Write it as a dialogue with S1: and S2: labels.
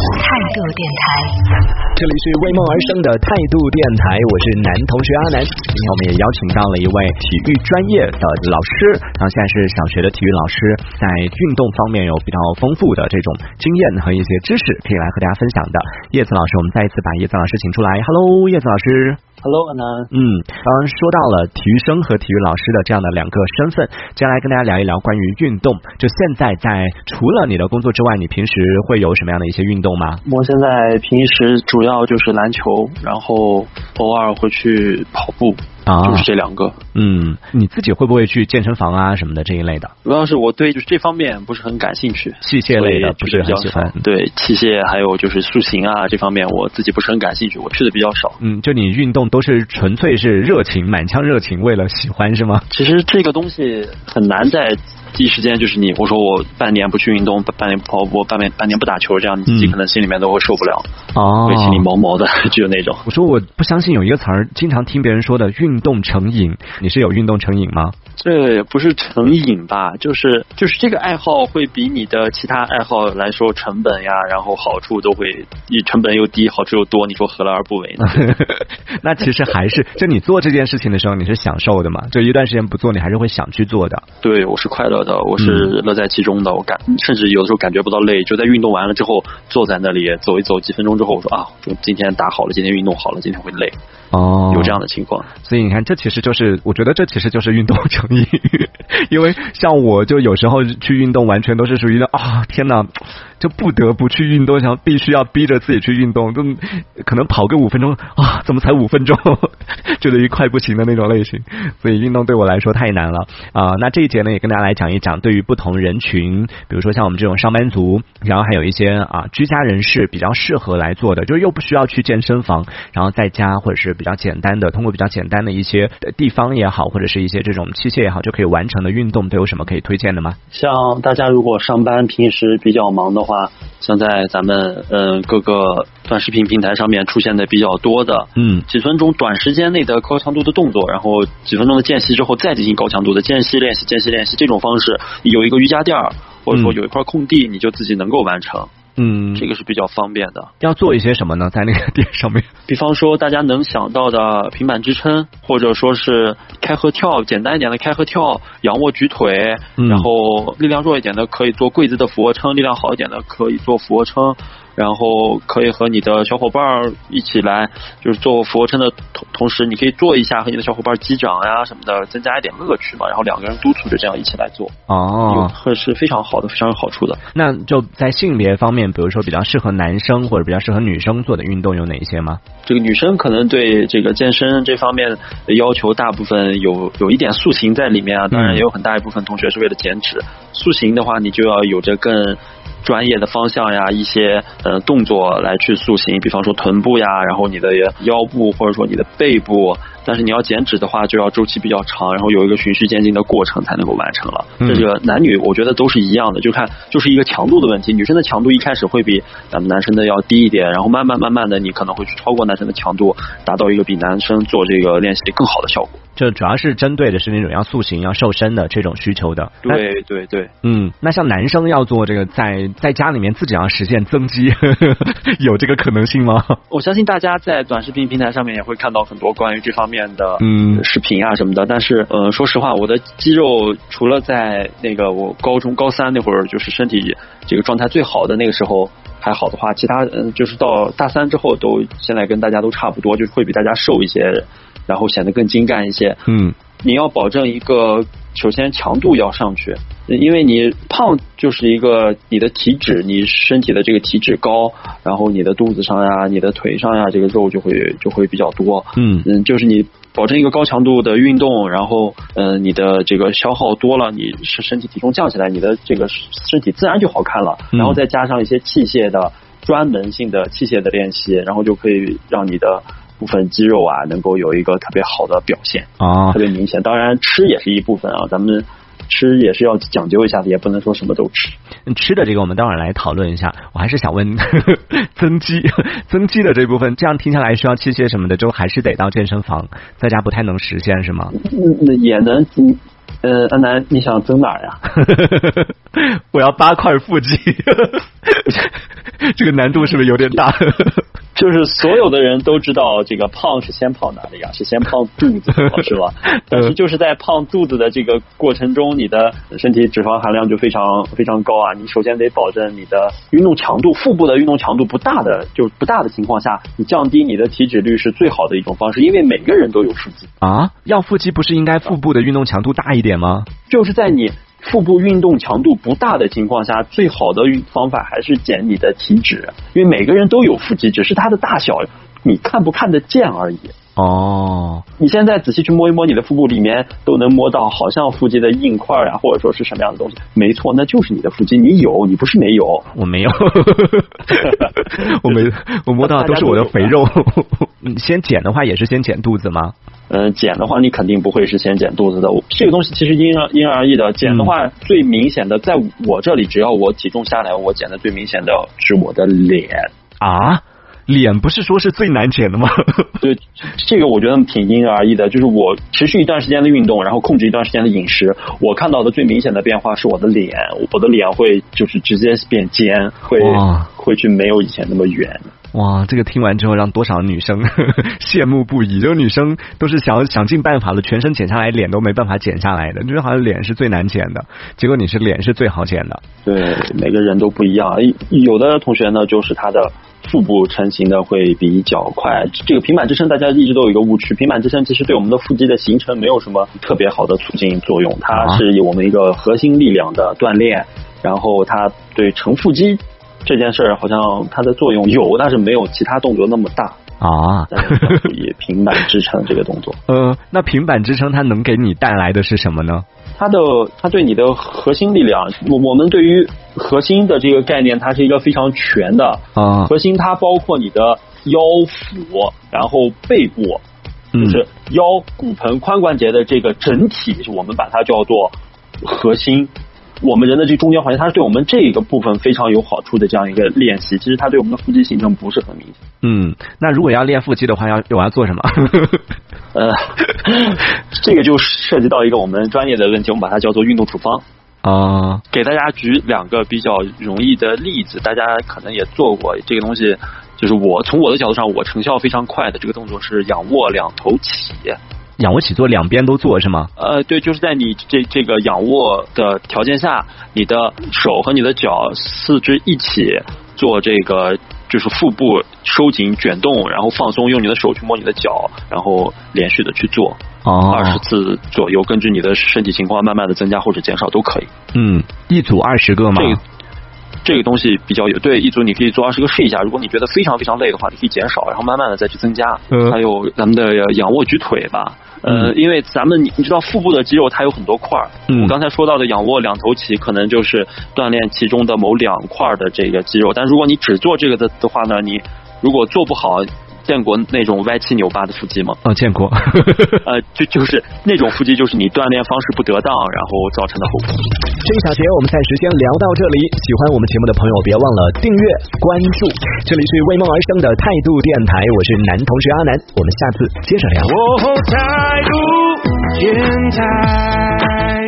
S1: 度电台，
S2: 这里是为梦而生的态度电台，我是男同学阿南。今天我们也邀请到了一位体育专业的老师，然后现在是小学的体育老师，在运动方面有比较丰富的这种经验和一些知识，可以来和大家分享的。叶子老师，我们再一次把叶子老师请出来。Hello，叶子老师。
S3: Hello，安南。
S2: 嗯，刚刚说到了体育生和体育老师的这样的两个身份，接下来跟大家聊一聊关于运动。就现在在除了你的工作之外，你平时会有什么样的一些运动吗？
S3: 我现在平时主要就是篮球，然后偶尔会去跑步，
S2: 啊
S3: 就是这两个。
S2: 嗯，你自己会不会去健身房啊什么的这一类的
S3: 主要是我对就是这方面不是很感兴趣，
S2: 器械类的
S3: 所以
S2: 不是很喜欢
S3: 比较少？对器械还有就是塑形啊这方面，我自己不是很感兴趣，我去的比较少。
S2: 嗯，就你运动都是纯粹是热情，满腔热情，为了喜欢是吗？
S3: 其实这个东西很难在第一时间就是你，我说我半年不去运动，半年不跑步，半年半年不打球，这样你自己
S2: 嗯
S3: 可能心里面都会受不了，
S2: 哦
S3: 会心里毛毛的， 就那种。
S2: 我说我不相信有一个词儿，经常听别人说的运动成瘾，你是有运动成瘾 吗？
S3: 这也不是成瘾吧，就是就是这个爱好会比你的其他爱好来说成本呀，然后好处都会，你成本又低，好处又多，你说何乐而不为
S2: 嗯
S3: 呢？
S2: 那其实还是，就你做这件事情的时候，你是享受的嘛？就一段时间不做，你还是会想去做的。
S3: 对我是快乐的，我是乐在其中的，我感甚至有的时候感觉不到累，就在运动完了之后坐在那里走一走，几分钟之后我说啊，我今天打好了，今天运动好了，今天会累，
S2: 哦
S3: 有这样的情况。
S2: 所以你看，这其实就是，我觉得这其实就是运动成瘾，因 为像我就有时候去运动，完全都是属于那啊、天哪，就不得不去运动，想必须要逼着自己去运动，就可能跑个五分钟啊，怎么才五分钟， 觉得一快不行的那种类型。所以运动对我来说太难了啊、那这一节呢，也跟大家来讲一讲，对于不同人群，比如说像我们这种上班族，然后还有一些啊居家人士比较适合来做的，就是又不需要去健身房，然后在家或者是比较简单的，通过比较简单的一些呃地方也好，或者是一些这种器械也好，就可以完成的运动，都有什么可以推荐的吗？
S3: 像大家如果上班平时比较忙的话，像在咱们嗯各个短视频平台上面出现的比较多的，
S2: 嗯
S3: 几分钟短时间内的高强度的动作，然后几分钟的间隙之后再进行高强度的间隙练习、间隙练习这种方式，有一个瑜伽垫儿或者说
S2: 嗯
S3: 有一块空地，你就自己能够完成，
S2: 嗯，
S3: 这个是比较方便的。
S2: 要做一些什么呢？在那个店上 面？
S3: 比方说大家能想到的平板支撑，或者说是开合跳，简单一点的开合跳、仰卧举腿，
S2: 嗯
S3: 然后力量弱一点的可以做跪姿的俯卧撑，力量好一点的可以做俯卧撑，然后可以和你的小伙伴儿一起来，就是做俯卧撑的同同时，你可以做一下和你的小伙伴儿击掌呀、什么的，增加一点乐趣嘛，然后两个人督促着这样一起来做，有
S2: 哦，
S3: 会是非常好的，非常有好处的。
S2: 那就在性别方面，比如说比较适合男生或者比较适合女生做的运动有哪一些吗？
S3: 这个女生可能对这个健身这方面的要求，大部分有有一点塑形在里面啊。当然，也有很大一部分同学是为了减脂。塑形的话，你就要有着更专业的方向呀，一些呃动作来去塑形，比方说臀部呀，然后你的腰部或者说你的背部。但是你要减脂的话，就要周期比较长，然后有一个循序渐进的过程才能够完成了。
S2: 嗯
S3: 这个男女我觉得都是一样的，就看就是一个强度的问题。女生的强度一开始会比咱们男生的要低一点，然后慢慢慢慢的你可能会去超过男生的强度，达到一个比男生做这个练习更好的效果。
S2: 就主要是针对的是那种要塑形、要瘦身的这种需求的。那
S3: 对对对，
S2: 嗯，那像男生要做这个在在家里面自己要实现增肌， 有这个可能性吗？
S3: 我相信大家在短视频平台上面也会看到很多关于这方面的
S2: 嗯
S3: 视频啊什么的。但是，呃，说实话，我的肌肉除了在那个我高中高三那会儿，就是身体这个状态最好的那个时候还好的话，其他嗯、呃就是到大三之后都现在跟大家都差不多，就是会比大家瘦一些，然后显得更精干一些。
S2: 嗯，
S3: 你要保证一个，首先强度要上去，因为你胖就是一个你的体脂，你身体的这个体脂高，然后你的肚子上呀、你的腿上呀，这个肉就会就会比较多。
S2: 嗯
S3: 嗯，就是你保证一个高强度的运动，然后嗯、呃你的这个消耗多了，你是身体体重降起来，你的这个身体自然就好看了。
S2: 嗯
S3: 然后再加上一些器械的专门性的器械的练习，然后就可以让你的部分肌肉啊能够有一个特别好的表现。
S2: 哦
S3: 特，别明显。当然，吃也是一部分啊，咱们吃也是要讲究一下的，也不能说什么都吃。
S2: 吃的这个我们待会儿来讨论一下。我还是想问 增肌，增肌的这部分，这样听下来需要器械什么的，就还是得到健身房，在家不太能实现是吗？
S3: 嗯，那也能，嗯呃，安南，你想增哪儿呀？
S2: 我要八块腹肌， 这个难度是不是有点大？
S3: 就是所有的人都知道这个胖是先胖哪里啊？是先胖肚子是吧？但是就是在胖肚子的这个过程中，你的身体脂肪含量就非常非常高啊。你首先得保证你的运动强度，腹部的运动强度不大的就是不大的情况下，你降低你的体脂率是最好的一种方式，因为每个人都有腹肌
S2: 啊。要腹肌不是应该腹部的运动强度大一点吗？
S3: 就是在你。腹部运动强度不大的情况下，最好的方法还是减你的体脂，因为每个人都有腹肌，只是它的大小你看不看得见而已。
S2: 哦，
S3: 你现在仔细去摸一摸你的腹部，里面都能摸到好像腹肌的硬块啊，或者说是什么样的东西。没错，那就是你的腹肌，你有，你不是没有。
S2: 我没有，我没，我摸到都是我的肥肉。 你先减的话也是先减肚子吗？
S3: 嗯，减的话你肯定不会是先减肚子的。这个东西其实因而因人而异的。减的话、嗯、最明显的，在我这里，只要我体重下来，我减的最明显的是我的脸
S2: 啊。脸不是说是最难减的吗？
S3: 对，这个我觉得挺因人而异的。就是我持续一段时间的运动，然后控制一段时间的饮食，我看到的最明显的变化是我的脸，我的脸会就是直接变尖，会会去没有以前那么圆。
S2: 哇，这个听完之后让多少女生 羡慕不已。就是女生都是想想尽办法了，全身减下来，脸都没办法减下来的。就是好像脸是最难减的，结果你是脸是最好减的。
S3: 对，每个人都不一样。有的同学呢，就是他的腹部成型的会比较快。这个平板支撑大家一直都有一个误区，平板支撑其实对我们的腹肌的形成没有什么特别好的促进作用，它是有我们一个核心力量的锻炼，然后它对成腹肌。这件事儿好像它的作用有，但是没有其他动作那么大
S2: 啊。
S3: 以平板支撑这个动作，
S2: 呃，那平板支撑它能给你带来的是什么呢？
S3: 它的它对你的核心力量，我我们对于核心的这个概念，它是一个非常全的
S2: 啊。
S3: 核心它包括你的腰腹，然后背部，就是腰、骨盆、髋关节的这个整体，我们把它叫做核心。我们人的这中间环节，它是对我们这个部分非常有好处的这样一个练习。其实它对我们的腹肌形成不是很明显。
S2: 嗯，那如果要练腹肌的话，要我要做什么？
S3: 呃， 这个就涉及到一个我们专业的问题，我们把它叫做运动处方。
S2: 啊，
S3: 给大家举两个比较容易的例子，大家可能也做过这个东西。就是我从我的角度上，我成效非常快的这个动作是仰卧两头起。
S2: 仰卧起坐两边都做是吗？
S3: 呃，对，就是在你这这个仰卧的条件下，你的手和你的脚四肢一起做这个，就是腹部收紧卷动，然后放松，用你的手去摸你的脚，然后连续的去做，
S2: 二
S3: 十、哦、次左右，根据你的身体情况慢慢的增加或者减少都可以。
S2: 嗯，一组二十个吗？
S3: 这个这个东西比较有对一组，你可以做二十个试一下。如果你觉得非常非常累的话，你可以减少，然后慢慢的再去增加。
S2: 嗯、
S3: 还有咱们的仰卧举腿吧，呃，嗯、因为咱们你你知道腹部的肌肉它有很多块儿，
S2: 嗯、
S3: 我刚才说到的仰卧两头起，可能就是锻炼其中的某两块的这个肌肉。但如果你只做这个的的话呢，你如果做不好。见过那种歪七扭八的腹 肌吗？
S2: 啊、哦，见 过。
S3: 呃，就就是那种腹肌，就是你锻炼方式不得当，然后造成的后果。
S1: 这一小节我们暂时先聊到这里。喜欢我们节目的朋友，别忘了订阅、关注。这里是为梦而生的态度电台，我是男同志阿南，我们下次接着聊。
S4: 哦，态度电台。